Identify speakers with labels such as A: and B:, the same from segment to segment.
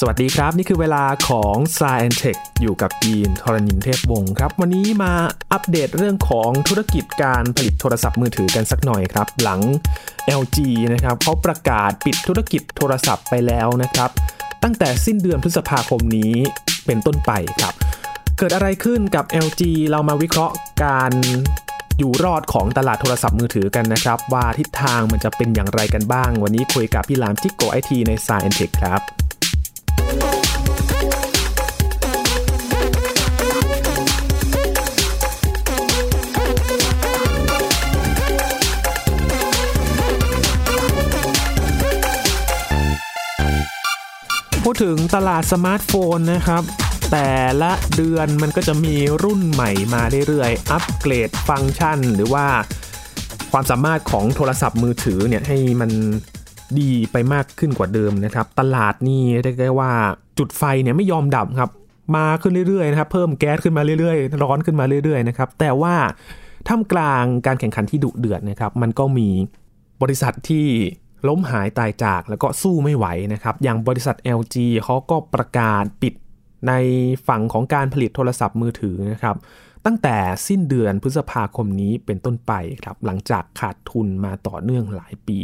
A: สวัสดีครับ นี่คือเวลาของ s ซแอนเทคอยู่กับยีนทรณินเทพวงศ์ครับ วันนี้มาอัปเดตเรื่องของธุรกิจการผลิตโทรศัพท์มือถือกันสักหน่อยครับ หลัง LG นะครับเขาประกาศปิดธุรกิจโทรศัพท์ไปแล้วนะครับ ตั้งแต่สิ้นเดือนพฤษภาคมนี้เป็นต้นไปครับ เกิดอะไรขึ้นกับ LG เรามาวิเคราะห์การอยู่รอดของตลาดโทรศัพท์มือถือกันนะครับ ว่าทิศทางมันจะเป็นอย่างไรกันบ้าง วันนี้คุยกับพี่หลามจิกโกไอทีใน s ซแอนเทคครับ พูดถึงตลาดสมาร์ทโฟนนะครับ แต่ละเดือนมันก็จะมีรุ่นใหม่มาเรื่อยๆ อัปเกรดฟังก์ชัน หรือว่าความสามารถของโทรศัพท์มือถือเนี่ยให้มันดีไปมากขึ้นกว่าเดิมนะครับ ตลาดนี่เรียกได้ว่าจุดไฟเนี่ยไม่ยอมดับครับ มาขึ้นเรื่อยๆนะครับ เพิ่มแก๊สขึ้นมาเรื่อยๆ ร้อนขึ้นมาเรื่อยๆนะครับ แต่ว่าท่ามกลางการแข่งขันที่ดุเดือดนะครับ มันก็มี บริษัทที่ล้มหายตายจากแล้วก็สู้ไม่ไหวนะครับ อย่างบริษัท LG เขาก็ประกาศปิดในฝั่งของการผลิตโทรศัพท์มือถือนะครับ ตั้งแต่สิ้นเดือนพฤษภาคมนี้เป็นต้นไปครับ หลังจากขาดทุนมาต่อเนื่องหลายปี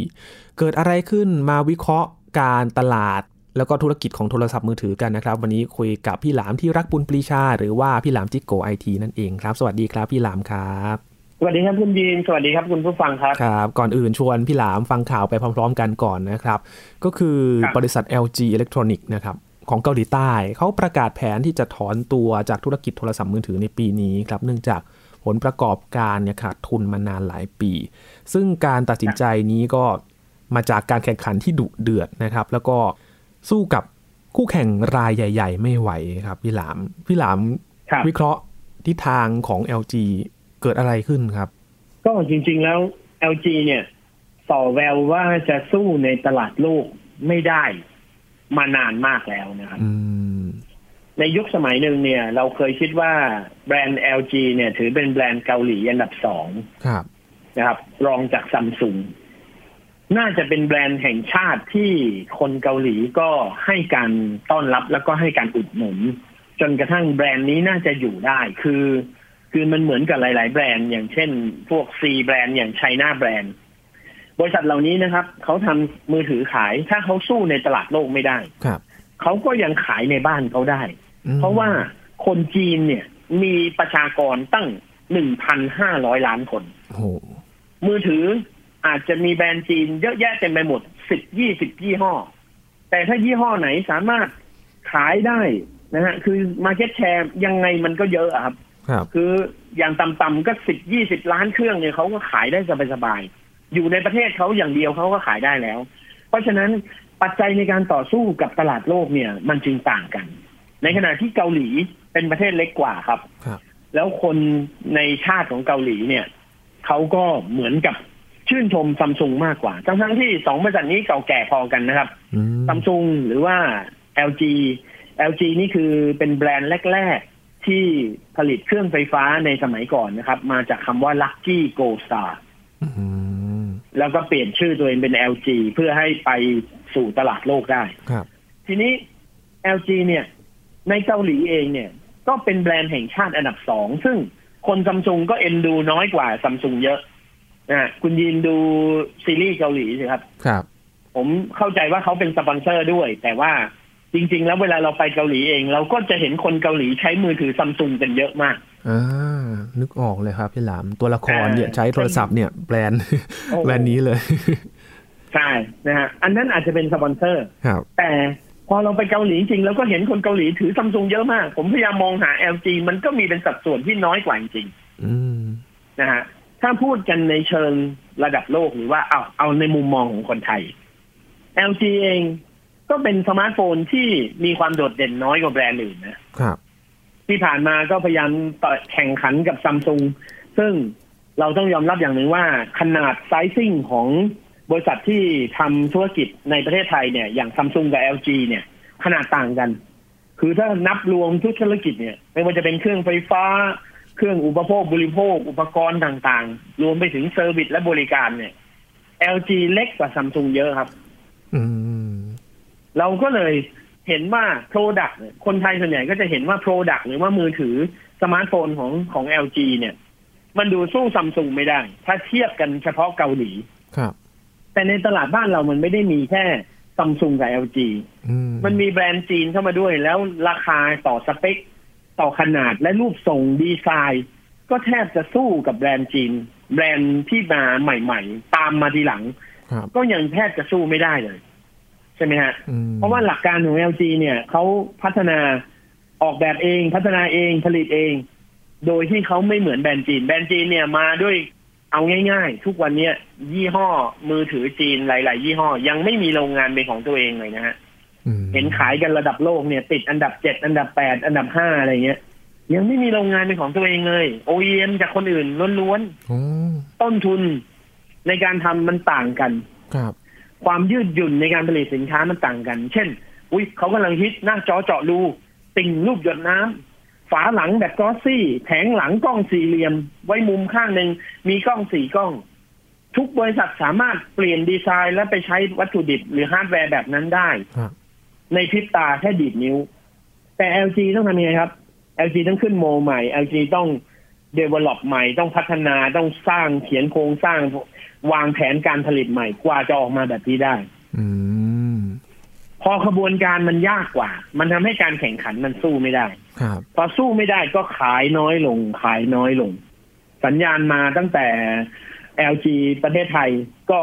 A: เกิดอะไรขึ้นมาวิเคราะห์การตลาด แล้วก็ธุรกิจของโทรศัพท์มือถือกันนะครับ วันนี้คุยกับพี่หลามที่รักปุณปรีชา หรือว่าพี่หลามจิกโกไอทีนั่นเองครับ สวัสดีครับพี่หลามครับ
B: สวัสดีครับคุณยีนสวัสดีครับคุณผู้ฟังครับ
A: ครับก่อนอื่นชวนพี่หลามฟังข่าวไปพร้อมๆกันก่อนนะครับ ก็คือ
B: ครับ
A: บริษัท LG Electronic นะครับของเกาหลีใต้ เขาประกาศแผนที่จะถอนตัวจากธุรกิจโทรศัพท์มือถือในปีนี้ครับเนื่องจากผลประกอบการเนี่ยขาดทุนมานานหลายปี ซึ่งการตัดสินใจนี้ก็มาจากการแข่งขันที่ดุเดือดนะครับ แล้วก็สู้กับคู่แข่งรายใหญ่ ๆ ไม่ไหวครับพี่หลามพี่หลาม
B: ครับ
A: วิเคราะห์ทิศทางของ LG เกิดอะไรขึ้นครับ
B: ก็จริงๆแล้ว LG เนี่ยส่อแววว่าจะสู้ในตลาดโลกไม่ได้มานานมากแล้วนะครับ
A: อืม
B: ในยุคสมัยหนึ่งเนี่ย เราเคยคิดว่าแบรนด์ LG เนี่ยถือเป็นแบรนด์เกาหลีอันดับสอง
A: ครับ
B: นะครับ รองจากซัมซุงน่าจะเป็นแบรนด์แห่งชาติที่คนเกาหลีก็ให้การต้อนรับแล้วก็ให้การอุดหนุน จนกระทั่งแบรนด์นี้น่าจะอยู่ได้ คือ คือมันเหมือนกับหลาย ๆ แบรนด์อย่างเช่น พวก C แบรนด์อย่าง China แบรนด์ บริษัทเหล่านี้นะครับ เขาทำมือถือขาย ถ้าเขาสู้ในตลาดโลกไม่ได้
A: ครับ
B: เขาก็ยังขายในบ้านเขาได้
A: อืม
B: เพราะว่าคนจีนเนี่ยมีประชากรตั้ง 1,500 ล้านคน
A: โอ้โห
B: มือถืออาจจะมีแบรนด์จีนเยอะแยะเต็มไปหมด 10 20 ยี่ห้อ แต่ถ้ายี่ห้อไหนสามารถขายได้นะฮะ คือมาเก็ตแชร์ยังไงมันก็เยอะอะครับ
A: ครับ
B: คืออย่างต่ำๆก็ 10 20 ล้านเครื่องเนี่ยเขาก็ขายได้สบายๆ อยู่ในประเทศเขาอย่างเดียวเขาก็ขายได้แล้ว เพราะฉะนั้นปัจจัยในการต่อสู้กับตลาดโลกเนี่ย มันจึงต่างกัน ในขณะที่เกาหลีเป็นประเทศเล็กกว่าครับ
A: ครับ
B: แล้วคนในชาติของเกาหลีเนี่ยเขาก็เหมือนกับชื่นชมซัมซุงมากกว่า ทั้งทั้งๆที่สองบริษัทนี้เก่าแก่พอกันนะครับ
A: อืม
B: ซัมซุงหรือว่า LG LG นี่คือเป็นแบรนด์แรก ๆ ที่ผลิตเครื่องไฟฟ้าในสมัยก่อนนะครับ มาจากคำว่า Lucky g o Star
A: อืม
B: แล้วก็เปลี่ยนชื่อตัวเองเป็น LG เพื่อให้ไปสู่ตลาดโลกได้
A: ครับ
B: ทีนี้ LG เนี่ย ในเกาหลีเองเนี่ย ก็เป็นแบรนด์แห่งชาติอันดับสอง ซึ่งคนซัมซุงก็เอ็นดูน้อยกว่าซัมซุงเยอะนะคุณยินดูซีรีส์เกาหลีสิครับ
A: ครับ
B: ผมเข้าใจว่าเขาเป็นสปอนเซอร์ด้วย แต่ว่าจริง ๆ แล้วเวลาเราไปเกาหลีเอง เราก็จะเห็นคนเกาหลีใช้มือถือซัมซุงกันเยอะมาก
A: อ่า นึกออกเลยครับพี่หลาม ตัวละครเนี่ย
B: อ่า
A: ใช้โทรศัพท์เนี่ยแบรนด์
B: โอ้
A: แบรนด์นี้เลย
B: ใช่นะฮะอันนั้นอาจจะเป็นสปอนเซอร์
A: ครับ
B: แต่พอเราไปเกาหลีจริงๆเราก็เห็นคนเกาหลีถือซัมซุงเยอะมาก ผมพยายามมองหา LG มันก็มีเป็นสัดส่วนที่น้อยกว่าจริง
A: อืม
B: นะฮะถ้าพูดกันในเชิงระดับโลกหรือว่าเอาเอาในมุมมองของคนไทย LG เองก็เป็นสมาร์ทโฟนที่มีความโดดเด่นน้อยกว่าแบรนด์อื่นนะครับ ที่ผ่านมาก็พยายามต่อแข่งขันกับซัมซุงซึ่งเราต้องยอมรับอย่างหนึ่งว่าขนาดไซซิ่งของบริษัทที่ทำธุรกิจในประเทศไทยเนี่ยอย่างซัมซุงกับ LG เนี่ย ขนาดต่างกัน คือถ้านับรวมทุกธุรกิจเนี่ย ไม่ว่าจะเป็นเครื่องไฟฟ้า เครื่องอุปโภคบริโภค อุปกรณ์ต่างๆ รวมไปถึงเซอร์วิสและบริการเนี่ย LG เล็กกว่าซัมซุงเยอะครับ
A: อืม
B: เราก็เลย เห็นว่า Product เนี่ยคนไทยส่วนใหญ่ก็จะเห็นว่า Product หรือว่ามือถือสมาร์ทโฟนของของ LG เนี่ย มันดูสู้ซัมซุงไม่ได้ ถ้าเทียบกันเฉพาะเกาหลี
A: ครับ
B: แต่ในตลาดบ้านเรามันไม่ได้มีแค่ซัมซุงกับ LG
A: อื
B: มันมีแบรนด์จีนเข้ามาด้วย แล้วราคาต่อสเปค ต่อขนาดและรูปทรงดีไซน์ ก็แทบจะสู้กับแบรนด์จีน แบรนด์ที่มาใหม่ๆ ตามมาทีหลัง
A: ครับ
B: ก็ยังแทบจะสู้ไม่ได้เลย ใช่ไหมฮะ
A: อืม
B: เพราะว่าหลักการของ LG เนี่ยเขาพัฒนาออกแบบเองพัฒนาเองผลิตเอง โดยที่เขาไม่เหมือนแบรนด์จีน แบรนด์จีนเนี่ยมาด้วยเอาง่าย ๆ ทุกวันเนี้ยยี่ห้อมือถือจีนหลาย ๆ ยี่ห้อ ยังไม่มีโรงงานเป็นของตัวเองเลยนะฮะ
A: อืม
B: เห็นขายกันระดับโลกเนี่ย ติดอันดับเจ็ดอันดับแปดอันดับห้าอะไรเงี้ย ยังไม่มีโรงงานเป็นของตัวเองเลย OEM จากคนอื่นล้วน
A: โอ้
B: ๆต้นทุนในการทำมันต่างกัน
A: ครับ
B: ความยืดหยุ่นในการผลิตสินค้ามันต่างกัน เช่น อุ้ยเขากำลังฮิตหน้าจอเจาะรู ติ่งรูปหยดน้ำฝาหลังแบบกลอสซี่แผงหลังกล้องสี่เหลี่ยม ไว้มุมข้างหนึ่งมีกล้องสี่กล้อง ทุกบริษัทสามารถเปลี่ยนดีไซน์และไปใช้วัตถุดิบหรือฮาร์ดแวร์แบบนั้นได้
A: ครับ
B: ในพริบตาแค่ดีดนิ้ว แต่ LG ต้องทำยังไงครับ LG ต้องขึ้นโมใหม่ LG ต้อง develop ใหม่ ต้องพัฒนา ต้องสร้างเขียนโครงสร้าง วางแผนการผลิตใหม่ กว่าจะออกมาแบบนี้ได้
A: อืม
B: พอขบวนการมันยากกว่า มันทำให้การแข่งขันมันสู้ไม่ได้
A: ครับ
B: พอสู้ไม่ได้ก็ขายน้อยลง ขายน้อยลง สัญญาณมาตั้งแต่ LG ประเทศไทยก็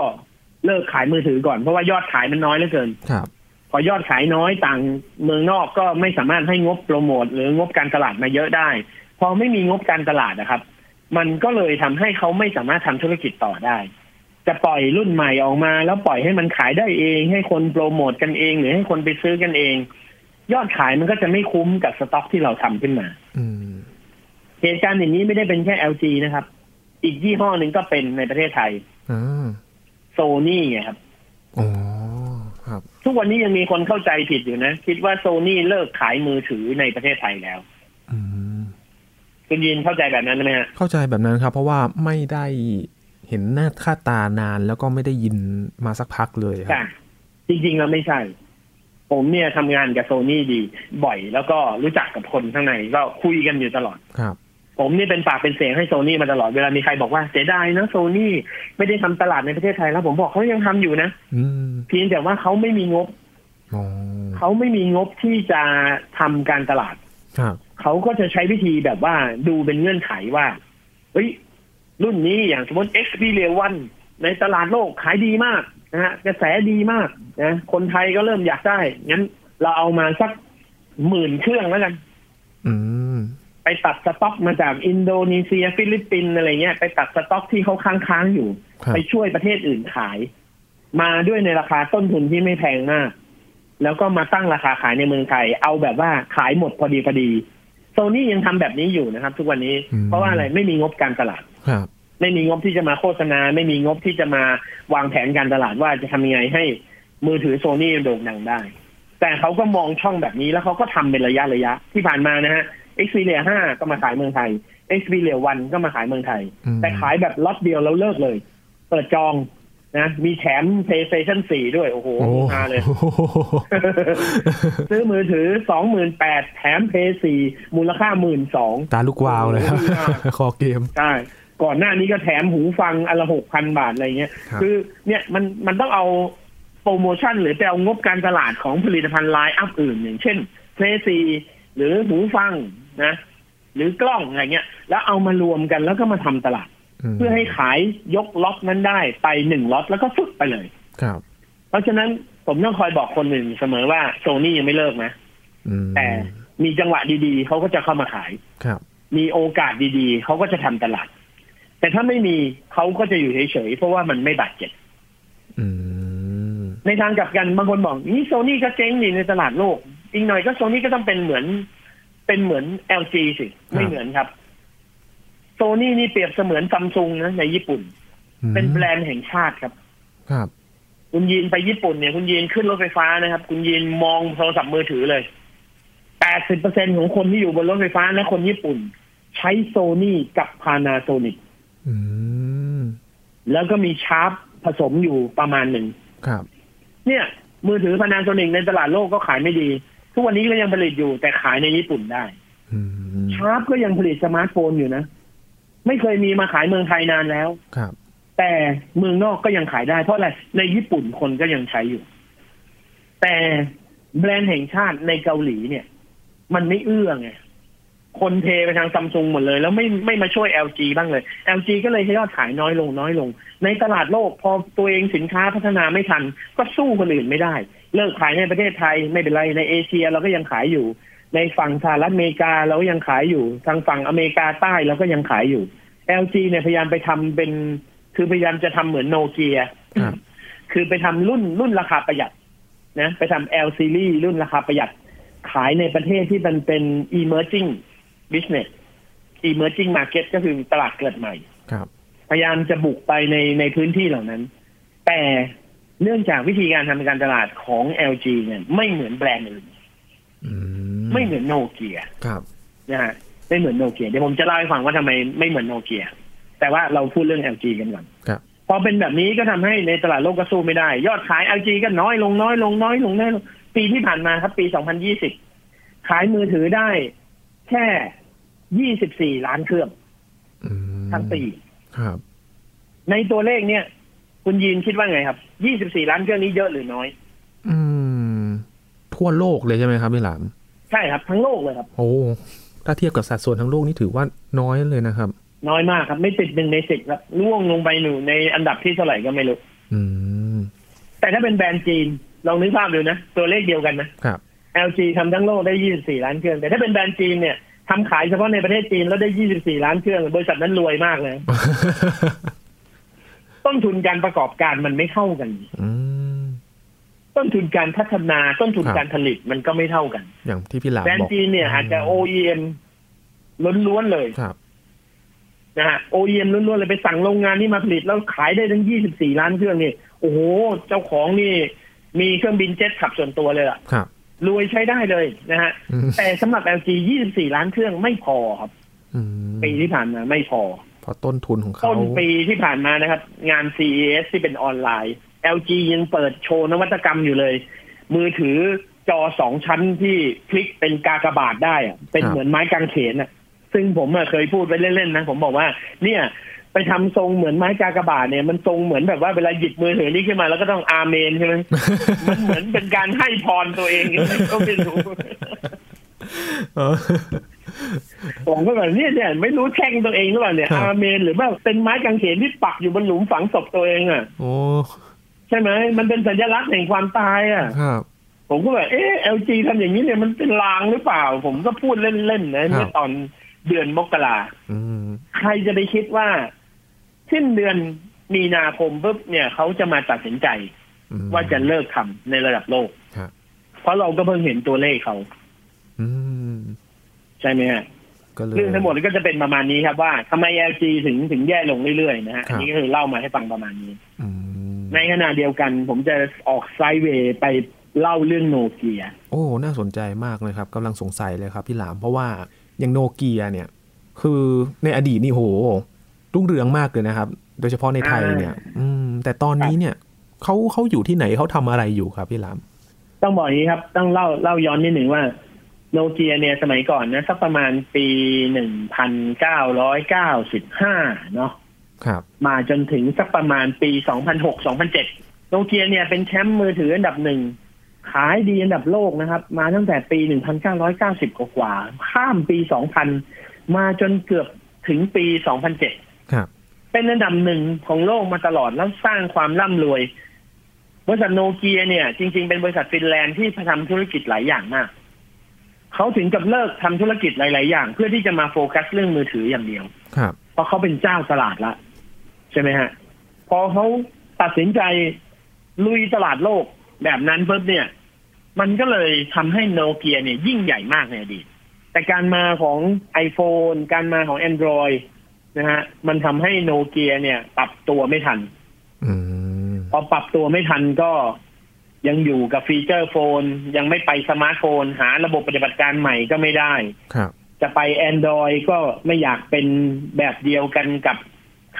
B: เลิกขายมือถือก่อน เพราะว่ายอดขายมันน้อยเหลือเกิน
A: ครับ
B: พอยอดขายน้อยต่างเมืองนอกก็ไม่สามารถให้งบโปรโมทหรืองบการตลาดมาเยอะได้ พอไม่มีงบการตลาดนะครับ มันก็เลยทำให้เขาไม่สามารถทำธุรกิจต่อได้ จะปล่อยรุ่นใหม่ออกมา แล้วปล่อยให้มันขายได้เอง ให้คนโปรโมทกันเอง หรือให้คนไปซื้อกันเอง ยอดขายมันก็จะไม่คุ้มกับสต็อกที่เราทำขึ้นมา
A: อืม
B: เหตุการณ์อย่างนี้ไม่ได้เป็นแค่ LG นะครับ อีกยี่ห้อหนึ่งก็เป็นในประเทศไทย
A: อ่า
B: โซนี่ไงครับ
A: อ๋อครับ
B: ทุกวันนี้ยังมีคนเข้าใจผิดอยู่นะ คิดว่าโซนี่เลิกขายมือถือในประเทศไทยแล้ว
A: อืม
B: คุณยินเข้าใจแบบนั้นไหมฮะ
A: เข้าใจแบบนั้นครับ เพราะว่าไม่ได้เห็นหน้าค่าตานานแล้วก็ไม่ได้ยินมาสักพักเลยครั
B: ใช่จริงๆแล้วไม่ใช่ ผมเนี่ยทำงานกับโซนี่ดี บ่อยแล้วก็รู้จักกับคนข้างในก็คุยกันอยู่ตลอด
A: ครับ
B: ผมนี่เป็นปากเป็นเสียงให้โซนี่มาตลอดเวลามีใครบอกว่าเสียดายนะโซนี่ไม่ได้ทำตลาดในประเทศไทยแล้วผมบอกเขายังทำอยู่นะ
A: อืม
B: เพียงแต่ว่าเขาไม่มีงบ
A: อ๋อ
B: เขาไม่มีงบที่จะทำการตลาด
A: ครับ
B: เขาก็จะใช้วิธีแบบว่าดูเป็นเงื่อนไขว่า เฮ้ย รุ่นนี้อย่างสมมติ Xperia 1ในตลาดโลกขายดีมากนะฮะกระแสดีมากนะคนไทยก็เริ่มอยากได้ งั้นเราเอามาสักหมื่นเครื่องแล้วกัน
A: อืม
B: ไปตัดสต็อกมาจากอินโดนีเซีย ฟิลิปปินส์อะไรเงี้ยไปตัดสต็อกที่เขาค้างๆอยู่
A: ครับ
B: ไปช่วยประเทศอื่นขาย มาด้วยในราคาต้นทุนที่ไม่แพงมาก แล้วก็มาตั้งราคาขายในเมืองไทย เอาแบบว่าขายหมดพอดีพอดีโซนี่ยังทำแบบนี้อยู่นะครับ ทุกวันนี้เพราะว่าอะไรไม่มีงบการตลาด
A: ครับ
B: ไม่มีงบที่จะมาโฆษณา ไม่มีงบที่จะมาวางแผนการตลาดว่าจะทำยังไงให้มือถือโซนี่โด่งดังได้ แต่เขาก็มองช่องแบบนี้แล้วเขาก็ทำเป็นระยะระยะที่ผ่านมานะฮะ Xperia 5 ก็มาขายเมืองไทย Xperia 1 ก็มาขายเมืองไทย
A: อืม
B: แต่ขายแบบล็อตเดียวแล้วเลิกเลย เปิดจองนะมีแถม PlayStation 4 ด้วย โอ้โห
A: โอ้
B: มาเลย
A: โห
B: ซื้อมือถือ 28,000แถม Play 4มูลค่า 12,000
A: ตาลูกวาวเลยครับ
B: โอ้โห
A: คอเกม
B: ใช่ก่อนหน้านี้ก็แถมหูฟังอันละหกพันบาทอะไรเงี้ย
A: ครับ
B: อเนี่ยมันมันต้องเอาโปรโมชั่นหรือไปเอางบการตลาดของผลิตภัณฑ์ไลน์อัพอื่น อย่างเช่นเพลซีหรือหูฟังนะ หรือกล้องอะไรเงี้ย แล้วเอามารวมกันแล้วก็มาทำตลาด
A: ม
B: เพื่อให้ขายยกล็อตนั้นได้ไปหนึ่งล็อตแล้วก็ฟึกไปเลย
A: ครับ
B: เพราะฉะนั้นผมต้องคอยบอกคนอื่นเสมอว่าโซนี่ยังไม่เลิกนะ
A: อืม
B: แต่มีจังหวะดีๆเขาก็จะเข้ามาขาย
A: ครับ
B: มีโอกาสดีๆ เขาก็จะทำตลาด แต่ถ้าไม่มีเขาก็จะอยู่เฉยๆ เพราะว่ามันไม่บาดเจ็บ
A: อืม
B: ในทางกลับกันบางคนบอกนี่โซนี่ก็เจ๊งนี่ในตลาดโลก อีกหน่อยก็โซนี่ก็ต้องเป็นเหมือน เป็นเหมือน LG สิ ไม่เหมือนครับโซนี่นี่เปรียบเสมือนซัมซุงนะในญี่ปุ่น
A: อืม
B: เป็นแบรนด์แห่งชาติครับ
A: ครับ
B: คุณยีนไปญี่ปุ่นเนี่ยคุณยีนขึ้นรถไฟฟ้านะครับ คุณยีนมองโทรศัพท์มือถือเลย 80%ของคนที่อยู่บนรถไฟฟ้านะคนญี่ปุ่น ใช้โซนี่กับพานาโซนิ
A: อืม
B: แล้วก็มีชาร์ปผสมอยู่ประมาณหนึ่ง
A: ครับ
B: เนี่ย มือถือพานาโซนิกในตลาดโลกก็ขายไม่ดี ทุกวันนี้ก็ยังผลิตอยู่แต่ขายในญี่ปุ่นได้
A: อืม
B: ชาร์ปก็ยังผลิตสมาร์ทโฟนอยู่นะ ไม่เคยมีมาขายเมืองไทยนานแล้ว
A: ครับ
B: แต่เมืองนอกก็ยังขายได้ เพราะอะไรในญี่ปุ่นคนก็ยังใช้อยู่ แต่แบรนด์แห่งชาติในเกาหลีเนี่ย มันไม่เอื้อไงคนเทไปทางซัมซุงหมดเลย แล้วไม่ไม่มาช่วย LG บ้างเลย LG ก็เลยยอดขายน้อยลงน้อยลง ในตลาดโลกพอตัวเองสินค้าพัฒนาไม่ทัน ก็สู้คนอื่นไม่ได้ เลิกขายในประเทศไทยไม่เป็นไรในเอเชียเราก็ยังขายอยู่ ในฝั่งสหรัฐอเมริกาเราก็ยังขายอยู่ ทางฝั่งอเมริกาใต้เราก็ยังขายอยู่ LG เนี่ยพยายามไปทำเป็นคือพยายามจะทำเหมือนโนเกีย
A: ครับ
B: คือไปทำรุ่นรุ่นราคาประหยัดนะไปทำ L series รุ่นราคาประหยัด ขายในประเทศที่มันเป็น emerging business emerging market ก็คือตลาดเกิดใหม่
A: ครับ
B: พยายามจะบุกไปในในพื้นที่เหล่านั้น แต่เนื่องจากวิธีการทำการตลาดของ LG เนี่ยไม่เหมือนแบรนด์อื่น
A: อื
B: ไม่เหมือนโนเกีย
A: ครับ
B: นะฮะไม่เหมือนโนเกียเดี๋ยวผมจะเล่าให้ฟังว่าทำไมไม่เหมือนโนเกียแต่ว่าเราพูดเรื่อง LG กันก่อน
A: ครับ
B: พอเป็นแบบนี้ก็ทำให้ในตลาดโลกก็สู้ไม่ได้ ยอดขาย LG ก็น้อยลงน้อยลงน้อยลงน้อยลงปีที่ผ่านมาครับ ปี 2020 ขายมือถือได้แค่ 24 ล้านเครื่อง
A: อืม
B: ทั้งปี
A: ครับ
B: ในตัวเลขเนี่ย คุณยีนคิดว่าไงครับ 24 ล้านเครื่องนี้เยอะหรือน้อย
A: อืม ทั่วโลกเลยใช่ไหมครับพี่หลาม
B: ใช่ครับ ทั้งโลกเลยครับ
A: โอ้ถ้าเทียบกับสัดส่วนทั้งโลกนี่ถือว่าน้อยเลยนะครับ
B: น้อยมากครับ ไม่ติดหนึ่งในสิบครับล่วงลงไปหนูในอันดับที่เท่าไหร่ก็ไม่รู้
A: อืม
B: แต่ถ้าเป็นแบรนด์จีนลองนึกภาพดูนะ ตัวเลขเดียวกันนะ
A: ครับ
B: LG ทำทั้งโลกได้ 24 ล้านเครื่อง แต่ถ้าเป็นแบรนด์จีนเนี่ยทำขายเฉพาะในประเทศจีนแล้วได้ 24 ล้านเครื่อง บริษัทนั้นรวยมากเลย ต้นทุนการประกอบการมันไม่เท่ากัน
A: อืม
B: ต้นทุนการพัฒนาต้นทุน
A: ครับ
B: การผลิตมันก็ไม่เท่ากัน
A: อย่างที่พี่หลาม
B: แบรน
A: บอก
B: ด์จีนเนี่ยอาจจะ OEM ล้วนๆเลย
A: ครับ
B: นะฮะ OEM ล้วนๆเลยไปสั่งโรงงานที่มาผลิตแล้วขายได้ถึง 24 ล้านเครื่องนี่โอ้โห เจ้าของนี่มีเครื่องบินเจ็ตขับส่วนตัวเลยล่ะ
A: ครับ
B: รวยใช้ได้เลยนะฮะ
A: อืม
B: แต่สำหรับ LG 24 ล้านเครื่องไม่พอครับ
A: อืม
B: ปีที่ผ่านมาไม่พอ
A: เพราะต้นทุนของเขา
B: ต้นปีที่ผ่านมานะครับ งาน CES ที่เป็นออนไลน์ LG ยังเปิดโชว์นวัตกรรมอยู่เลย มือถือจอสองชั้นที่พลิกเป็นกากบาทได้อะเป็นเหมือนไม้กางเขนอะซึ่งผมอะเคยพูดไปเล่นๆนะ ผมบอกว่า เนี่ย ไปทำทรงเหมือนไม้กากบาทเนี่ยมันทรงเหมือนแบบว่าเวลาหยิบมือถือนี่ขึ้นมาแล้วก็ต้องอาเมนใช่ไหม มันเหมือนเป็นการให้พรตัวเองก็ไม่รู้
A: เออ
B: ผมก็แบบเนี่ยเนี่ยไม่รู้แช่งตัวเองหรือเปล่าเนี่ย
A: ครับ
B: อาเมนหรือว่าเป็นไม้กางเขนที่ปักอยู่บนหลุมฝังศพตัวเองอ่ะ
A: โอ้
B: ใช่ไหม มันเป็นสัญลักษณ์แห่งความตายอ่ะ
A: ครับ
B: ผมก็แบบเออ LG ทำอย่างนี้เนี่ยมันเป็นลางหรือเปล่า ผมก็พูดเล่นๆนะเมื่อตอนเดือนมกรา
A: อืม
B: ใครจะไปคิดว่าสิ้นเดือนมีนาคมปุ๊บเนี่ยเขาจะมาตัดสินใจ
A: อืม
B: ว่าจะเลิกทำในระดับโลก
A: ครับ
B: เพราะเราก็เพิ่งเห็นตัวเลขเขา
A: อืม
B: ใช่ไหมฮะ
A: ก็เลย
B: เรื่องทั้งหมดก็จะเป็นประมาณนี้ครับว่าทำไม LG ถึงถึงแย่ลงเรื่อยๆนะฮะ
A: ครั
B: อั
A: บ
B: นนี้ก็คือเล่ามาให้ฟังประมาณนี้
A: อืม
B: ในขณะเดียวกัน ผมจะออกไซด์เวย์ไปเล่าเรื่องโนเกีย
A: โอ้ น่าสนใจมากเลยครับกำลังสงสัยเลยครับพี่หลาม เพราะว่าอย่างโนเกียเนี่ย คือในอดีตนี่โหรุ่งเรืองมากเลยนะครับ โดยเฉพาะในไทยเนี่ย อืม แต่ตอนนี้เนี่ยเขาเขาอยู่ที่ไหนเขาทำอะไรอยู่ครับพี่หลาม
B: ต้องบอกอย่างนี้ครับ ต้องเล่าเล่าย้อนนิดหนึ่งว่าโนเกียเนี่ยสมัยก่อนนะสักประมาณปีหนึ่งพันเก้าร้อยเก้าสิบห้าเนาะ
A: ครับ
B: มาจนถึงสักประมาณปีสองพันหกสองพันเจ็ดโนเกียเนี่ยเป็นแชมป์มือถืออันดับหนึ่ง ขายดีอันดับโลกนะครับ มาตั้งแต่ปีหนึ่งพันเก้าร้อยเก้าสิบกว่าๆข้ามปีสองพันมาจนเกือบถึงปีสองพันเจ็ด
A: ครับ
B: เป็นอันดับหนึ่งของโลกมาตลอดแล้วสร้างความร่ำรวย บริษัทโนเกียเนี่ย จริง ๆ เป็นบริษัทฟินแลนด์ที่ทำธุรกิจหลายอย่างมาก เขาถึงกับเลิกทำธุรกิจหลาย ๆ อย่าง เพื่อที่จะมาโฟกัสเรื่องมือถืออย่างเดียว
A: ครับ
B: เพราะเขาเป็นเจ้าตลาดละ ใช่ไหมฮะ พอเขาตัดสินใจลุยตลาดโลกแบบนั้นเพิ่เนี่ย มันก็เลยทำให้โนเกียเนี่ยยิ่งใหญ่มากในอดีต แต่การมาของ iPhone การมาของ Android นะฮะ มันทำให้โนเกียเนี่ย ปรับตัวไม่ทัน
A: อืม
B: พอปรับตัวไม่ทันก็ยังอยู่กับฟีเจอร์โฟน ยังไม่ไปสมาร์ทโฟน หาระบบปฏิบัติการใหม่ก็ไม่ได้
A: ครับ
B: จะไป Android ก็ไม่อยากเป็นแบบเดียวกันกับ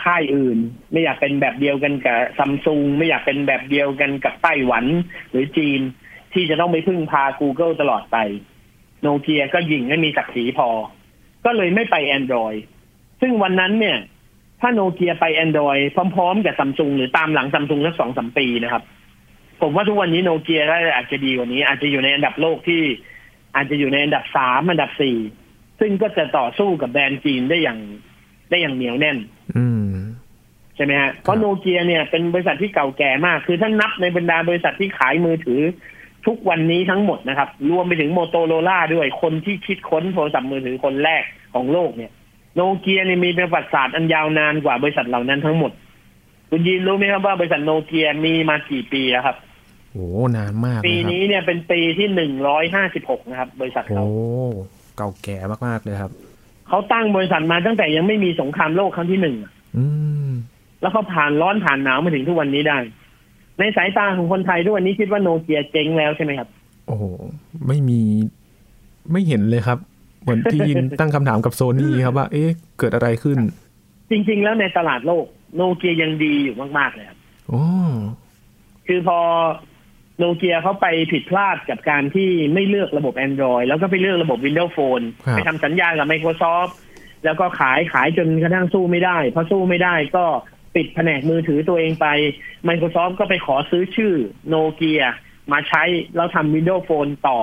B: ค่ายอื่น ไม่อยากเป็นแบบเดียวกันกับซัมซุงไม่อยากเป็นแบบเดียวกันกับไต้หวันหรือจีน ที่จะต้องไปพึ่งพา Google ตลอดไปโนเกียก็ยิงไม่มีศักดิ์ศรีพอ ก็เลยไม่ไป Android ซึ่งวันนั้นเนี่ย ถ้าโนเกียไป Android พร้อม ๆ กับซัมซุงหรือตามหลังซัมซุงสักสองสามปีนะครับ ผมว่าทุกวันนี้โนเกียก็อาจจะดีกว่านี้ อาจจะอยู่ในอันดับโลกที่ อาจจะอยู่ในอันดับสามอันดับสี่ซึ่งก็จะต่อสู้กับแบรนด์จีนได้อย่างได้อย่างเหนียวแน่น
A: อืม
B: ใช่ไหมฮะ เพราะโนเกียเนี่ยเป็นบริษัทที่เก่าแก่มาก คือถ้านับในบรรดาบริษัทที่ขายมือถือ ทุกวันนี้ทั้งหมดนะครับ รวมไปถึงโมโตโรล่าด้วยคนที่คิดค้นโทรศัพท์มือถือคนแรกของโลกเนี่ย โนเกียเนี่ยมีประวัติศาสตร์อันยาวนานกว่าบริษัทเหล่านั้นทั้งหมด คุณยินรู้ไหมครับว่าบริษัทโนเกียมีมากี่ปีแล้วครับ
A: โอ้นานมาก
B: ปี
A: เลยครับ
B: นี้เนี่ยเป็นปีที่หนึ่งร้อยห้าสิบหกนะครับ บริษัทเขา
A: โอ้เก่าแก่มากๆเลยครับ
B: เขาตั้งบริษัทมาตั้งแต่ยังไม่มีสงครามโลกครั้งที่หนึ่ง
A: อืม
B: แล้วก็ผ่านร้อนผ่านหนาวมาถึงทุกวันนี้ได้ ในสายตาของคนไทยทุกวันนี้คิดว่าโนเกียเจ๊งแล้วใช่ไหมครับ
A: โอ้โหไม่มีไม่เห็นเลยครับ เหมือนที่ยิน ตั้งคำถามกับโซนี่ครับว่า เอ๊ะ เกิดอะไรขึ้น
B: จริง ๆ แล้วในตลาดโลกโนเกียยังดีอยู่มาก ๆ เลยครับ
A: โอ้
B: คือพอโนเกียเขาไปผิดพลาดกับการที่ไม่เลือกระบบ Android แล้วก็ไปเลือกระบบ Windows Phone ไปทำสัญญากับ Microsoft แล้วก็ขายขายจนกระทั่งสู้ไม่ได้พอสู้ไม่ได้ก็ปิดแผนกมือถือตัวเองไป Microsoft ก็ไปขอซื้อชื่อโนเกียมาใช้แล้วทำ Windows Phone ต่อ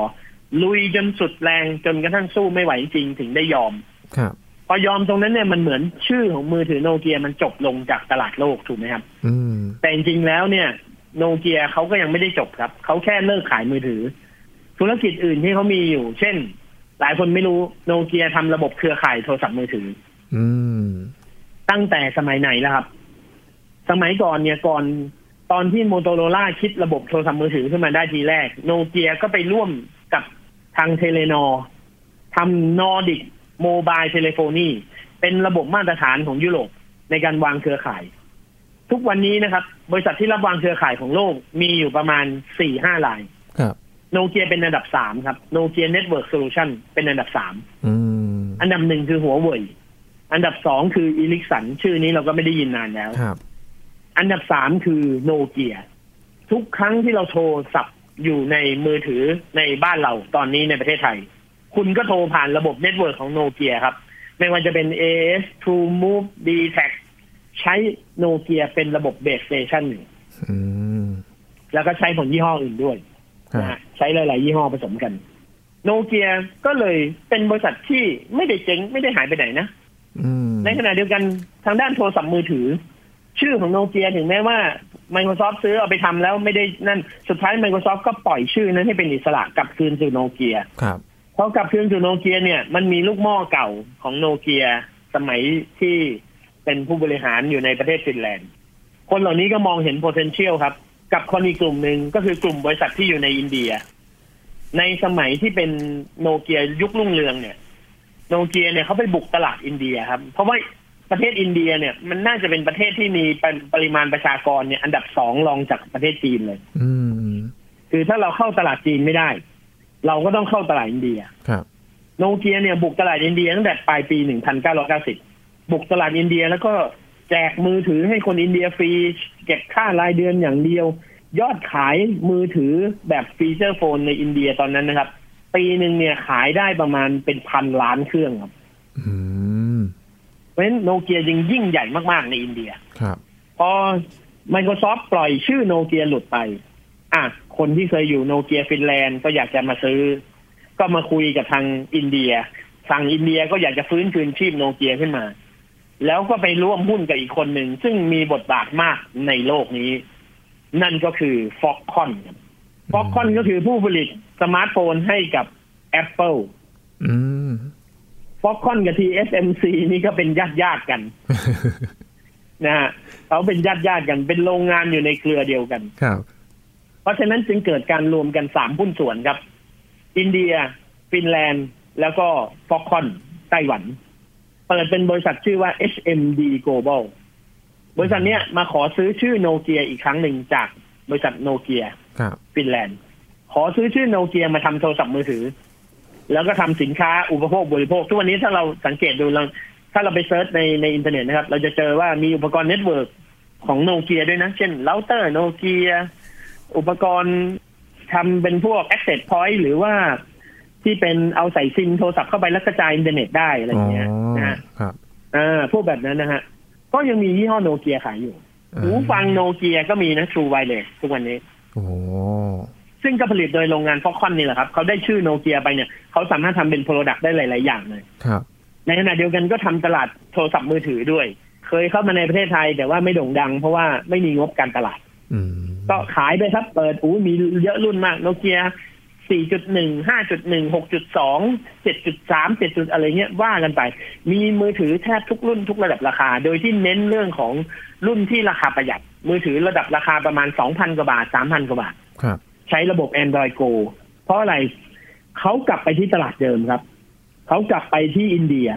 B: ลุยจนสุดแรงจนกระทั่งสู้ไม่ไหวจริงถึงได้ยอม
A: ครับ
B: พอยอมตรงนั้นเนี่ยมันเหมือนชื่อของมือถือโนเกียมันจบลงจากตลาดโลกถูกไหมครับ
A: อืม
B: แต่จริงๆแล้วเนี่ยโนเกียเขาก็ยังไม่ได้จบครับ เขาแค่เลิกขายมือถือ ธุรกิจอื่นที่เขามีอยู่ เช่น หลายคนไม่รู้โนเกียทำระบบเครือข่ายโทรศัพท์มือถือ
A: อืม
B: ตั้งแต่สมัยไหนแล้วครับ สมัยก่อนเนี่ยก่อนตอนที่โมโตโรล่าคิดระบบโทรศัพท์มือถือขึ้นมาได้ทีแรกโนเกียก็ไปร่วมกับทางเทเลนอทำนอร์ดิกโมบายเทเลโฟนีเป็นระบบมาตรฐานของยุโรปในการวางเครือข่าย ทุกวันนี้นะครับ บริษัทที่รับวางเครือข่ายของโลกมีอยู่ประมาณสี่ห้าราย
A: ครับ
B: โนเกียเป็นอันดับสามครับโนเกียเน็ตเวิร์กโซลูชันเป็นอันดับสาม
A: อืม
B: อันดับหนึ่งคือหัวเว่ย อันดับสองคืออีลิกสันชื่อนี้เราก็ไม่ได้ยินนานแล้ว
A: ครับ
B: อันดับสามคือโนเกีย ทุกครั้งที่เราโทรศัพท์อยู่ในมือถือในบ้านเราตอนนี้ในประเทศไทย คุณก็โทรผ่านระบบเน็ตเวิร์กของโนเกียครับ ไม่ว่าจะเป็น AS True Move d t a c ใช้โนเกียเป็นระบบเบสสเตชัน
A: อืม
B: แล้วก็ใช้ผลยี่ห้ออื่นด้วย
A: ครั
B: นะ
A: บ
B: ฮะใช้หลาย ๆ ยี่ห้อผสมกัน โนเกียก็เลยเป็นบริษัทที่ไม่ได้เจ๊งไม่ได้หายไปไหนนะ
A: อืม
B: ในขณะเดียวกันทางด้านโทรศัพท์มือถือ ชื่อของโนเกียถึงแม้ว่า Microsoft ซื้อเอาไปทำแล้วไม่ได้นั่นสุดท้าย Microsoft ก็ปล่อยชื่อนั้นให้เป็นอิสระกลับคืนสู่โนเกีย
A: ครับ
B: พอกลับคืนสู่โนเกียเนี่ยมันมีลูกหม้อเก่าของโนเกียสมัยที่เป็นผู้บริหารอยู่ในประเทศฟินแลนด์ คนเหล่านี้ก็มองเห็น potential ครับ กับคนอีกกลุ่มหนึ่งก็คือกลุ่มบริษัทที่อยู่ในอินเดีย ในสมัยที่เป็นโนเกียยุครุ่งเรืองเนี่ยโนเกียเนี่ยเขาไปบุกตลาดอินเดียครับ เพราะว่าประเทศอินเดียเนี่ยมันน่าจะเป็นประเทศที่มีปริปริมาณประชากรเนี่ยอันดับสองรองจากประเทศจีนเลย
A: อืม
B: คือถ้าเราเข้าตลาดจีนไม่ได้ เราก็ต้องเข้าตลาดอินเดีย
A: ครับ
B: โนเกียเนี่ยบุกตลาดอินเดียตั้งแต่ปลายปี 1990 บุกตลาดอินเดียแล้วก็แจกมือถือให้คนอินเดียฟรี เก็บค่ารายเดือนอย่างเดียว ยอดขายมือถือแบบฟีเจอร์โฟนในอินเดียตอนนั้นนะครับ ปีหนึ่งเนี่ยขายได้ประมาณเป็นพันล้านเครื่องครับ
A: อืม
B: เพราะฉะนั้นโนเกียจึงยิ่งใหญ่มากๆในอินเดีย
A: ครับ
B: พอ Microsoft ปล่อยชื่อโนเกียหลุดไป อ่ะ คนที่เคยอยู่โนเกียฟินแลนด์ก็อยากจะมาซื้อ ก็มาคุยกับทางอินเดีย ฝั่งอินเดียก็อยากจะฟื้นคืนชีพโนเกียขึ้นมา แล้วก็ไปร่วมหุ้นกับอีกคนหนึ่ง ซึ่งมีบทบาทมากในโลกนี้ นั่นก็คือฟ o x c o n ฟ o x c o n ก็คือผู้ผลิตสมาร์ทโฟนให้กับ Apple
A: อืม
B: ฟ o x c o n กับ TSMC นี่ก็เป็นญาติญาติๆกัน นะฮะเขาเป็นญาติญาติๆกันเป็นโรงงานอยู่ในเครือเดียวกัน
A: ครับ
B: เพราะฉะนั้นจึงเกิดการรวมกันสามหุ้นส่วนครับ อินเดีย ฟินแลนด์ แล้วก็ฟอกคอนไต้หวัน เปิดเป็นบริษัทชื่อว่า HMD Global บริษัทเนี้ยมาขอซื้อชื่อโนเกียอีกครั้งหนึ่งจากบริษัทโนเกีย
A: ครับ
B: ฟินแลนด์ ขอซื้อชื่อโนเกียมาทำโทรศัพท์มือถือ แล้วก็ทำสินค้าอุปโภคบริโภค ทุกวันนี้ถ้าเราสังเกตดูเราถ้าเราไปเซิร์ชในในอินเทอร์เน็ตนะครับ เราจะเจอว่ามีอุปกรณ์เน็ตเวิร์กของโนเกียด้วยนะ เช่นเราเตอร์โนเกียอุปกรณ์ ทำเป็นพวก access point หรือว่าที่เป็นเอาใส่ซิมโทรศัพท์เข้าไปแล้วกระจายอินเทอร์เน็ตได้อะไรอย่างเงี้ยนะฮะ
A: ครับ
B: อ่าพวกแบบนั้นนะฮะ ก็ยังมียี่ห้อโนเกียขายอยู่ หูฟังโนเกียก็มีนะ True Wireless ทุกวันนี้
A: โอ้โห
B: ซึ่งก็ผลิตโดยโรงงานฟ็อกคอนนี่แหละครับ เขาได้ชื่อโนเกียไปเนี่ย เขาสามารถทำเป็นโปรดักต์ได้หลาย ๆ อย่างเลย
A: ครับ
B: ในขณะเดียวกันก็ทำตลาดโทรศัพท์มือถือด้วย เคยเข้ามาในประเทศไทย แต่ว่าไม่โด่งดัง เพราะว่าไม่มีงบการตลาด
A: อืม
B: ก็ขายไปครับเปิดอู้มีเยอะรุ่นมากโนเกีย 4.1 5.1 6.2 7.3 7. จุดอะไรเงี้ยว่ากันไป มีมือถือแทบทุกรุ่นทุกระดับราคา โดยที่เน้นเรื่องของรุ่นที่ราคาประหยัด มือถือระดับราคาประมาณ 2,000 กว่าบาท 3,000 กว่าบาท
A: ครับ
B: ใช้ระบบ Android Go เพราะอะไรเขากลับไปที่ตลาดเดิมครับ เขากลับไปที่อินเดีย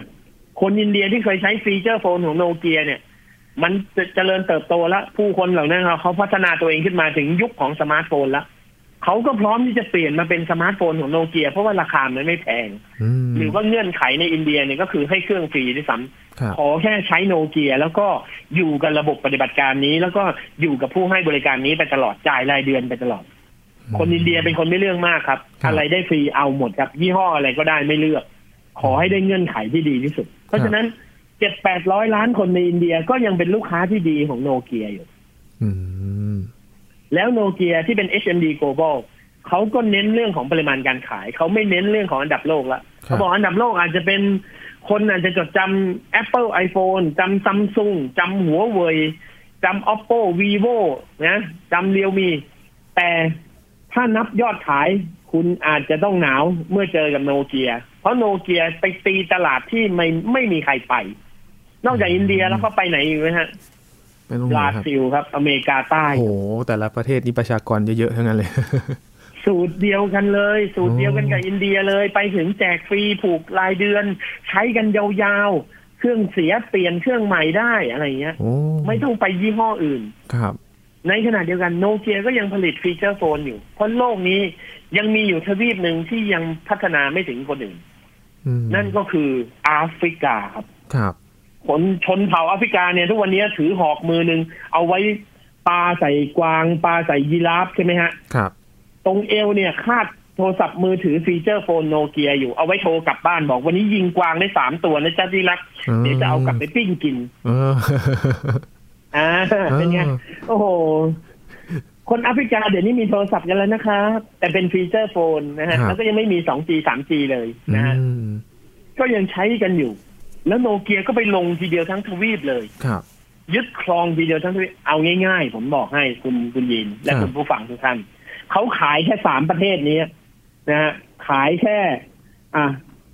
B: คนอินเดียที่เคยใช้ฟีเจอร์โฟนของโนเกียเนี่ย มันจะเจริญเติบโตแล้ว ผู้คนเหล่านั้นเขาพัฒนาตัวเองขึ้นมาถึงยุคของสมาร์ทโฟนแล้ว เขาก็พร้อมที่จะเปลี่ยนมาเป็นสมาร์ทโฟนของโนเกีย เพราะว่าราคามันไม่แพง
A: อืม
B: หรือว่าเงื่อนไขในอินเดียเนี่ยก็คือให้เครื่องฟรีด้วยซ้ำ
A: ครับ
B: ขอแค่ใช้โนเกียแล้วก็อยู่กับระบบปฏิบัติการนี้ แล้วก็อยู่กับผู้ให้บริการนี้ไปตลอดจ่ายรายเดือนไปตลอด คนอินเดียเป็นคนไม่เรื่องมากครับ
A: ครับ
B: อะไรได้ฟรีเอาหมดครับ ยี่ห้ออะไรก็ได้ไม่เลือก ขอให้ได้เงื่อนไขที่ดีที่สุด เพราะฉะนั้นเจ็ดแปดร้อยล้านคนในอินเดียก็ยังเป็นลูกค้าที่ดีของโนเกียอยู่
A: อืม
B: แล้วโนเกียที่เป็น HMD Global เขาก็เน้นเรื่องของปริมาณการขาย เขาไม่เน้นเรื่องของอันดับโลกละเขาบอกอันดับโลกอาจจะเป็นคนอาจจะจดจำ Apple iPhone จำ Samsung จำหัวเว่ยจำ Oppo Vivo นะจำเรียวมี แต่ถ้านับยอดขายคุณอาจจะต้องหนาวเมื่อเจอกับโนเกีย เพราะโนเกียไปตีตลาดที่ไม่ไม่มีใครไป นอกจากอินเดียแล้วก็ไปไหนอีกไหมฮะ
A: ไม่ต้อง
B: บ
A: ห่ว
B: ราง
A: ครับ
B: ซิลครับ อเมริกาใต้
A: โอ้โหแต่ละประเทศนี่ประชากรเยอะๆทั้งนั้นเลย
B: สูตรเดียวกันเลย สูตรเดียวกันกับ
A: อืม
B: อินเดียเลย ไปถึงแจกฟรีผูกรายเดือน ใช้กันยาวๆ เครื่องเสียเปลี่ยนเครื่องใหม่ได้อะไรเงี้ย
A: โอ้
B: ไม่ต้องไปยี่ห้ออื่น
A: ครับ
B: ในขณะเดียวกันโนเกียก็ยังผลิตฟีเจอร์โฟนอยู่เพราะโลกนี้ยังมีอยู่ทวีปหนึ่งที่ยังพัฒนาไม่ถึงคนอื่น
A: อืม
B: นั่นก็คือแอฟริกาครับ
A: ครับ
B: คนชนเผ่าแอฟริกาเนี่ยทุกวันนี้ถือหอกมือหนึ่งเอาไว้ปลาใส่กวางปลาใส่ยีราฟใช่ไหมฮะ
A: ครับ
B: ตรงเอวเนี่ยคาดโทรศัพท์มือถือฟีเจอร์โฟนโนเกียอยู่เอาไว้โทรกลับบ้านบอกวันนี้ยิงกวางได้สามตัวนะจ๊ะที่รัก
A: อืม
B: เดี๋ยวจะเอากลับไปปิ้งกิน
A: เออ
B: อ่าเป็นไง
A: อ่า
B: โอ้โห คนแอฟริกาเดี๋ยวนี้มีโทรศัพท์กันแล้วนะครับ แต่เป็นฟีเจอร์โฟนนะฮะ แล้วก็ยังไม่มี 2G 3G เลย นะฮะ
A: อืม
B: ก็ยังใช้กันอยู่ แล้วโนเกียก็ไปลงทีเดียวทั้งทวีปเลย
A: ครับ
B: ยึดครองทีเดียวทั้งทวีปเอาง่ายๆ ผมบอกให้คุณคุณยิน และ
A: ครับ
B: คุณผู้ฟังทุกท่านเขาขายแค่สามประเทศนี้นะฮะขายแค่ อ่ะ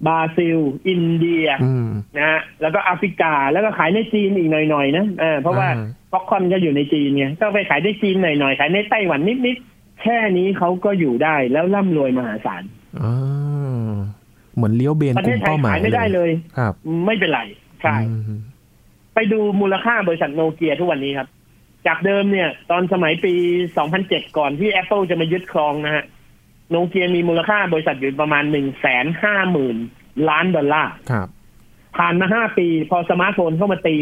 B: บราซิล อินเดีย
A: อืม
B: นะฮะแล้วก็แอฟริกาแล้วก็ขายในจีนอีกหน่อยๆนะเออเพราะว่า
A: อ่า
B: ฟ็อกคอนก็อยู่ในจีนไงก็ไปขายในจีนหน่อยๆขายในไต้หวันนิดๆแค่นี้เขาก็อยู่ได้แล้วร่ำรวยมหาศาล
A: อ่าเหมือนเลี้ยวเบน
B: ประ
A: ก
B: เท
A: ลุ่ม
B: ศไทย
A: เป้าหมาย
B: ขายไม่ได้เลย
A: ครับ
B: ไม่เป็นไรใช่
A: อืม
B: ไปดูมูลค่าบริษัทโนเกียทุกวันนี้ครับ จากเดิมเนี่ย ตอนสมัยปี 2007 ก่อนที่ Apple จะมายึดครองนะฮะโนเกียมีมูลค่าบริษัทอยู่ประมาณ 150,000 ล้านดอลลาร์
A: ครับ
B: ผ่านมา 5 ปี พอสมาร์ทโฟนเข้ามาตี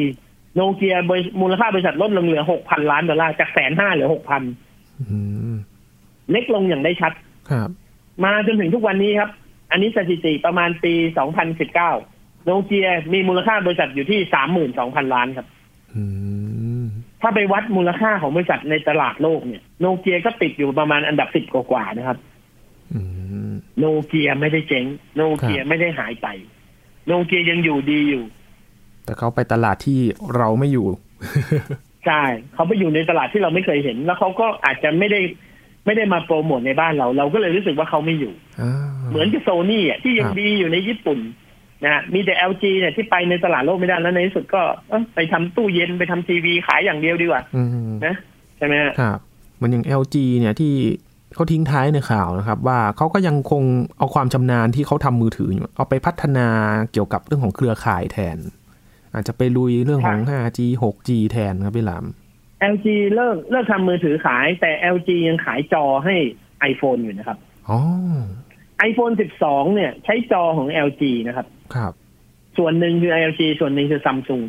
B: โนเกียบริมูลค่าบริษัทลดลงเหลือ 6,000 ล้านดอลลาร์ จากแสนห้าเหลือ 6,000
A: อืม
B: เล็กลงอย่างได้ชัด
A: ครับ
B: มาจนถึงทุกวันนี้ครับ อันนี้สถิติประมาณปี 2019 โนเกียมีมูลค่าบริษัทอยู่ที่ 32,000 ล้านครับ
A: อืม
B: ถ้าไปวัดมูลค่าของบริษัทในตลาดโลกเนี่ยโนเกียก็ติดอยู่ประมาณอันดับสิบกว่าๆนะครับ
A: อืม
B: โนเกียไม่ได้เจ๊งโนเกีย
A: ครับ
B: ไม่ได้หายไปโนเกียยังอยู่ดีอยู่
A: แต่เขาไปตลาดที่เราไม่อยู่
B: ใช่เขาไปอยู่ในตลาดที่เราไม่เคยเห็น แล้วเขาก็อาจจะไม่ได้ไม่ได้มาโปรโมทในบ้านเรา เราก็เลยรู้สึกว่าเขาไม่อยู่
A: า
B: เหมือนกับโซนี่อ่ะที่ยัง
A: ครับ
B: ดีอยู่ในญี่ปุ่นนะฮะมีแต่ LG เนี่ยที่ไปในตลาดโลกไม่ได้แล้วในที่สุดก็เอ้ยไปทำตู้เย็นไปทำทีวีขายอย่างเดียวดีกว่า
A: อืม
B: นะใช่ไหมฮะ
A: ครับเหมันอย่าง LG เนี่ยที่เขาทิ้งท้ายในข่าวนะครับ ว่าเขาก็ยังคงเอาความชำนาญที่เขาทำมือถืออยู่เอาไปพัฒนาเกี่ยวกับเรื่องของเครือข่ายแทน อาจจะไปลุยเรื่องของ 5G 6G แทนครับพี่หลาม
B: LG เลิกเลิกทำมือถือขาย แต่ LG ยังขายจอให้ iPhone อยู่นะครับ
A: อ๋อ
B: iPhone 12 เนี่ย ใช้จอของ LG นะครับ
A: ครับ
B: ส่วนหนึ่งคือ LG ส่วนหนึ่งคือ Samsung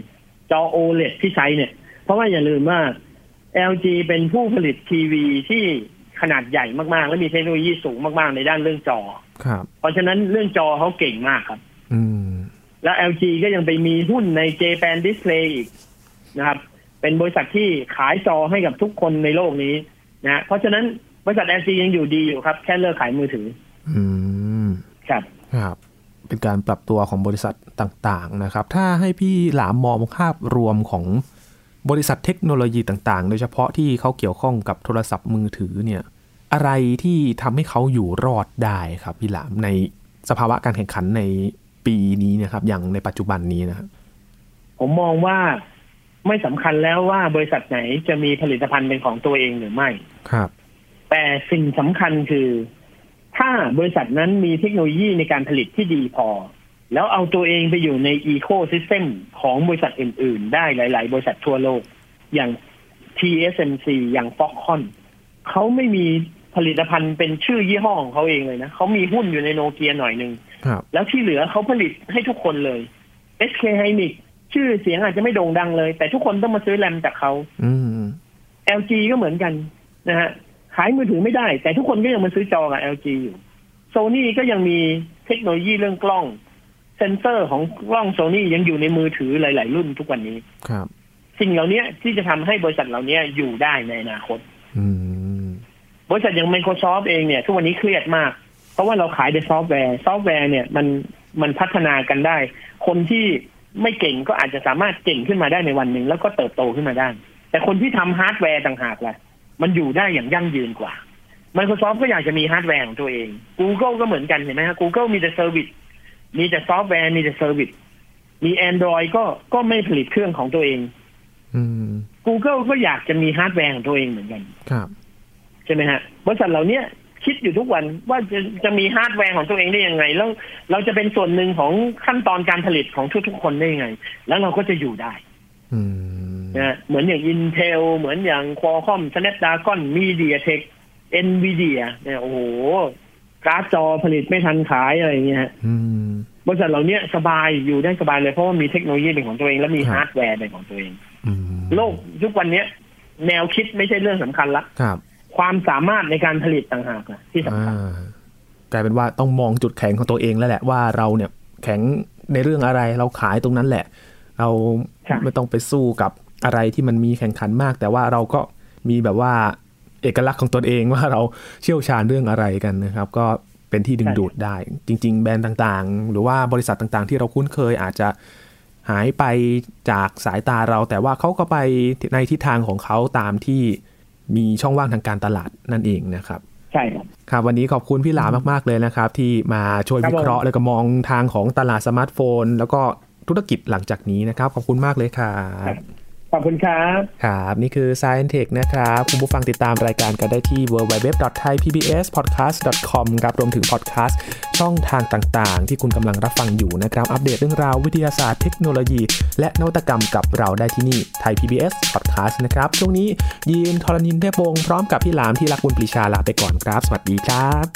B: จอ OLED ที่ใช้เนี่ย เพราะว่าอย่าลืมว่า LG เป็นผู้ผลิตทีวีที่ ขนาดใหญ่มากๆ และมีเทคโนโลยีสูงมากๆ ในด้านเรื่องจอ
A: ครับ
B: เพราะฉะนั้นเรื่องจอเขาเก่งมากครับ
A: อืม
B: แล้ว LG ก็ยังไปมีหุ้นใน Japan Display อีกนะครับ เป็นบริษัทที่ขายจอให้กับทุกคนในโลกนี้นะเพราะฉะนั้นบริษัท LG ยังอยู่ดีอยู่ครับ แค่เลิกขายมือถือ
A: อืม
B: ครับ
A: ครับ เป็นการปรับตัวของบริษัทต่างๆนะครับ ถ้าให้พี่หลามมองภาพรวมของบริษัทเทคโนโลยีต่างๆ โดยเฉพาะที่เขาเกี่ยวข้องกับโทรศัพท์มือถือเนี่ย อะไรที่ทำให้เขาอยู่รอดได้ครับพี่หลามในสภาวะการแข่งขันในปีนี้เนะครับอย่างในปัจจุบันนี้นะครับ
B: ผมมองว่าไม่สำคัญแล้วว่าบริษัทไหนจะมีผลิตภัณฑ์เป็นของตัวเองหรือไม่
A: ครับ
B: แต่สิ่งสำคัญคือ ถ้าบริษัทนั้นมีเทคโนโลยีในการผลิตที่ดีพอ แล้วเอาตัวเองไปอยู่ในอีโค y ิสเ m มของบริษัทอื่น ๆ ได้หลาย ๆ บริษัททั่วโลก อย่าง TSMC อย่าง Foxconn เขาไม่มีผลิตภัณฑ์เป็นชื่อยี่ห้อของเขาเองเลยนะเขามีหุ้นอยู่ในโนเกียหน่อยหนึ่ง
A: ครับ
B: แล้วที่เหลือเขาผลิตให้ทุกคนเลย SK Hynix ชื่อเสียงอาจจะไม่โด่งดังเลย แต่ทุกคนต้องมาซื้อแรมจากเขา
A: อืม
B: LG ก็เหมือนกันนะฮะขายมือถือไม่ได้ แต่ทุกคนก็ยังมาซื้อจอกับ LG อยู่ Sony ก็ยังมีเทคโนโลยีเรื่องกล้อง เซนเซอร์ของกล้อง Sony ยังอยู่ในมือถือหลาย ๆ รุ่นทุกวันนี้
A: ครับ
B: สิ่งเหล่านี้ที่จะทำให้บริษัทเหล่านี้อยู่ได้ในอนาคต
A: อืม
B: บริษัทอย่าง Microsoft เองเนี่ย ทุกวันนี้เครียดมาก เพราะว่าเราขายแต่ซอฟต์แวร์ ซอฟต์แวร์เนี่ยมันมันพัฒนากันได้ คนที่ไม่เก่งก็อาจจะสามารถเก่งขึ้นมาได้ในวันหนึ่งแล้วก็เติบโตขึ้นมาได้ แต่คนที่ทำฮาร์ดแวร์ต่างหากล่ะ มันอยู่ได้อย่างยั่งยืนกว่า Microsoft ก็อยากจะมีฮาร์ดแวร์ของตัวเอง Google ก็เหมือนกันเห็นไหมฮะ Google มีแต่เซอร์วิสมีแต่ซอฟต์แวร์มีแต่เซอร์วิสมี Android ก็ก็ไม่ผลิตเครื่องของตัวเอง
A: อืม
B: Google ก็อยากจะมีฮาร์ดแวร์ของตัวเองเหมือนกัน
A: ครับ
B: ใช่ไหมฮะบริษัทเหล่าเนี้ยคิดอยู่ทุกวันว่าจะจะมีฮาร์ดแวร์ของตัวเองได้ยังไง แล้วเราจะเป็นส่วนหนึ่งของขั้นตอนการผลิตของทุกๆคนได้ยังไง แล้วเราก็จะอยู่ได้
A: อืม
B: นะฮะเหมือนอย่าง Intel เหมือนอย่าง Qualcomm Snapdragon MediaTek Nvidia เนี่ยโอ้โหการ์ดจอผลิตไม่ทันขายอะไรอย่างเงี้ยฮะ
A: อืม
B: บริษัทเหล่าเนี้ยสบายอยู่ได้สบายเลยเพราะว่ามีเทคโนโลยีเป็นของตัวเองและมี
A: ครับ
B: ฮาร์ดแวร์เป็นของตัวเอง
A: อืม
B: โลกยุควันเนี้ย แนวคิดไม่ใช่เรื่องสำคัญละ
A: ครับ
B: ความสามารถในการผลิตต่างหากล่ะที่สำคัญ
A: อ่ากลายเป็นว่าต้องมองจุดแข็งของตัวเองแล้วแหละว่าเราเนี่ยแข็งในเรื่องอะไรเราขายตรงนั้นแหละ เรา
B: ใช่
A: ไม่ต้องไปสู้กับอะไรที่มันมีแข่งขันมาก แต่ว่าเราก็มีแบบว่าเอกลักษณ์ของตนเองว่าเราเชี่ยวชาญเรื่องอะไรกันนะครับ ก็เป็นที่ดึงดูดได้ จริง ๆ แบรนด์ต่างๆ หรือว่าบริษัทต่างๆ ที่เราคุ้นเคยอาจจะหายไปจากสายตาเรา แต่ว่าเขาก็ไปในทิศทางของเขาตามที่มีช่องว่างทางการตลาดนั่นเองนะครับ
B: ใช่ครับ
A: ครับวันนี้ขอบคุณพี่หลามาก ๆ เลยนะครับ ที่มาช่วย
B: ครับ
A: วิเคราะห์
B: ผม
A: แล้วก็มองทางของตลาดสมาร์ทโฟน แล้วก็ธุรกิจหลังจากนี้นะครับ ขอบคุณมากเลยครับ
B: ขอบคุณครับ
A: ครับ นี่คือ Science Tech นะครับ คุณผู้ฟังติดตามรายการกันได้ที่ www.thaipbspodcast.com ครับรวมถึงพอดแคสต์ช่องทางต่างๆ ที่คุณกำลังรับฟังอยู่นะครับ อัปเดตเรื่องราววิทยาศาสตร์เทคโนโลยี และนวัตกรรมกับเราได้ที่นี่ไทย PBS Podcast นะครับช่วงนี้ยีนทรณินเทพวงศ์พร้อมกับพี่หลามที่รักบุญปรีชาลาไปก่อนครับ สวัสดีครับ